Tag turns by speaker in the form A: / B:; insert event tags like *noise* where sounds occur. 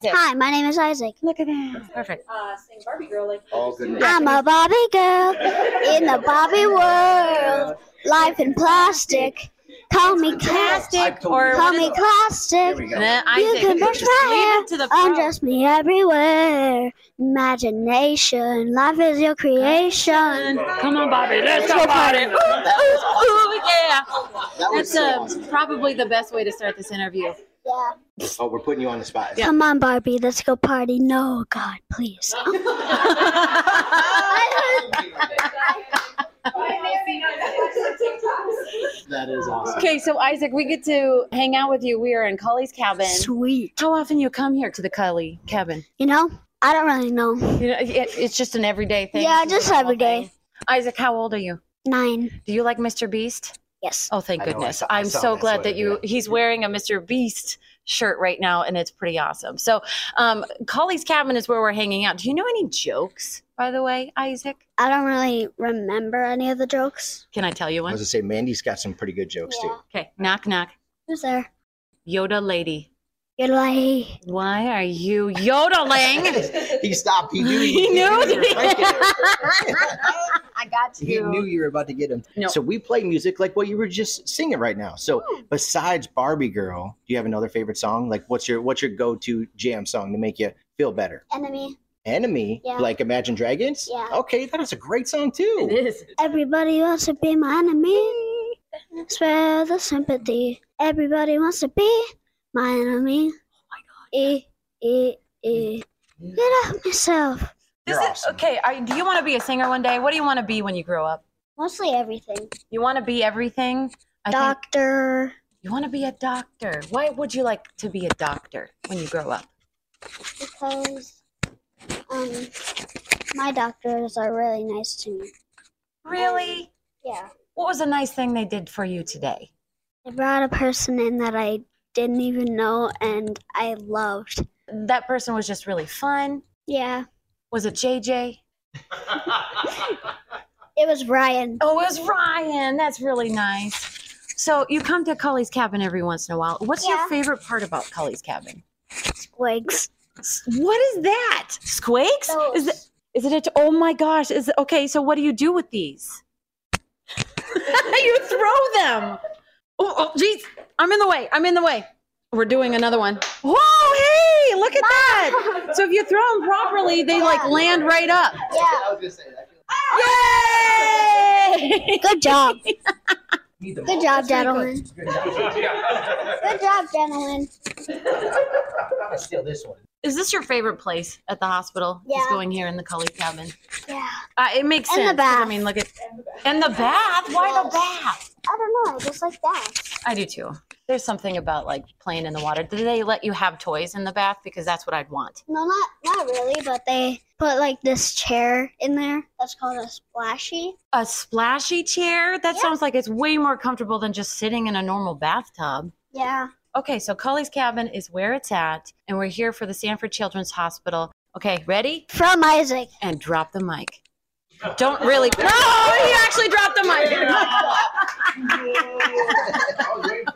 A: Yes.
B: Hi, my name is Isaac.
A: Look at that.
C: Perfect.
D: Uh, sing Barbie girl like.
E: All good.
B: I'm a Bobby girl in the Bobby world. Life in plastic. Call me cast.
C: Plastic or
B: Call me
E: Here
B: plastic.
E: we
C: and
E: go.
C: then Isaac.
B: can brush
C: just
B: my
C: leave
B: hair
C: it to the pro.
B: Undress me everywhere. Imagination. Life is your creation.
C: Come on, Bobby. Let's go, Bobby. Ooh, ooh, ooh, yeah.
E: That
C: That's
E: was so
C: uh,
E: awesome.
C: probably the best way to start this *laughs* interview.
B: Yeah.
E: Oh, we're putting you on the spot.
B: Come on, Barbie. Let's go party. No, God, please. *laughs*
E: That is awesome.
C: okay, so Isaac, we get to hang out with you. We are in Cully's cabin.
B: Sweet.
C: How often you come here to the Cully cabin?
B: You know, I don't really know.
C: You know, it, it's just an everyday thing.
B: Yeah,
C: It's
B: just
C: a normal
B: every day.
C: thing. Isaac, how old are you?
B: Nine.
C: Do you like Mr. Beast?
B: Yes.
C: Oh, thank
E: I know, I
C: goodness.
E: saw- I
C: I'm
E: saw
C: so
E: that
C: glad that you,
E: sweater,
C: he's wearing a Mr. Beast shirt right now, and it's pretty awesome. So, um, Collie's Cabin is where we're hanging out. Do you know any jokes, by the way, Isaac?
B: I don't really remember any of the jokes.
C: Can I tell you
E: I
C: one?
E: was gonna say Mandy's got some pretty good jokes too.
C: Okay, knock, knock.
B: Who's there?
C: Yoda lady.
B: You're like,
C: Why are you yodeling?
E: *laughs* he stopped. He knew.
C: He knew.
E: you were right
C: *laughs* I got
E: there. He knew you were about to get him.
C: No. Hmm.
E: So we play music like what you were just singing right now. So besides Barbie Girl, do you have another favorite song? Like what's your what's your go to jam song to make you feel better?
B: enemy.
E: Enemy,
B: Yeah.
E: like Imagine Dragons.
B: Yeah.
E: Okay, that is a great song too.
C: It is.
B: Everybody wants to be my enemy. Spare the sympathy. Everybody wants to be my enemy. E, e, e. Get off myself.
C: This
E: You're
C: is
E: awesome.
C: okay. Are, do you want to be a singer one day? What do you want to be when you grow up?
B: Mostly everything.
C: You want to be everything. I think-
B: Doctor.
C: You want to be a doctor. Why would you like to be a doctor when you grow up?
B: because um my doctors are really nice to me.
C: Really?
B: Yeah.
C: What was a nice thing they did for you today?
B: They brought a person in that I didn't even know and I loved.
C: That person was just really fun.
B: Yeah.
C: Was it JJ?
B: It was Ryan.
C: Oh, it was Ryan. That's really nice. So you come to Cully's cabin every once in a while. What's your
B: Yeah.
C: favorite part about Cully's cabin?
B: Squigs.
C: S- What is that? Squakes? Is it?
B: Those.
C: Is it? A, oh my gosh! Is it, okay. So what do you do with
B: *laughs*
C: these? you throw them. Oh, oh, jeez! I'm in the way. I'm in the way. We're doing another one. Whoa! Hey, look at that! So if you throw them properly, they like land right up.
B: Yeah.
C: Yay!
B: Good job.
E: Need
B: Good job, gentlemen. Good job, gentlemen.
E: Steal this one.
C: Is this your favorite place at the hospital? Is
B: Yeah.
C: going here in the Cully cabin.
B: Yeah.
C: Uh, it makes
B: And the
C: sense. 'cause, I
B: bath.
C: mean, look at and the bath. Why the bath?
B: I don't know. I just like that.
C: I do too. There's something about like playing in the water. Do they let you have toys in the bath? Because that's what I'd want.
B: No, not not really, but they put like this chair in there that's called a splashy.
C: A splashy chair? That
B: Yeah.
C: sounds like it's way more comfortable than just sitting in a normal bathtub.
B: Yeah.
C: Okay, so Cully's Cabin is where it's at, and we're here for the Sanford Children's Hospital. Okay, ready?
B: From Isaac.
C: And drop the mic. Don't really. No, he actually dropped the mic.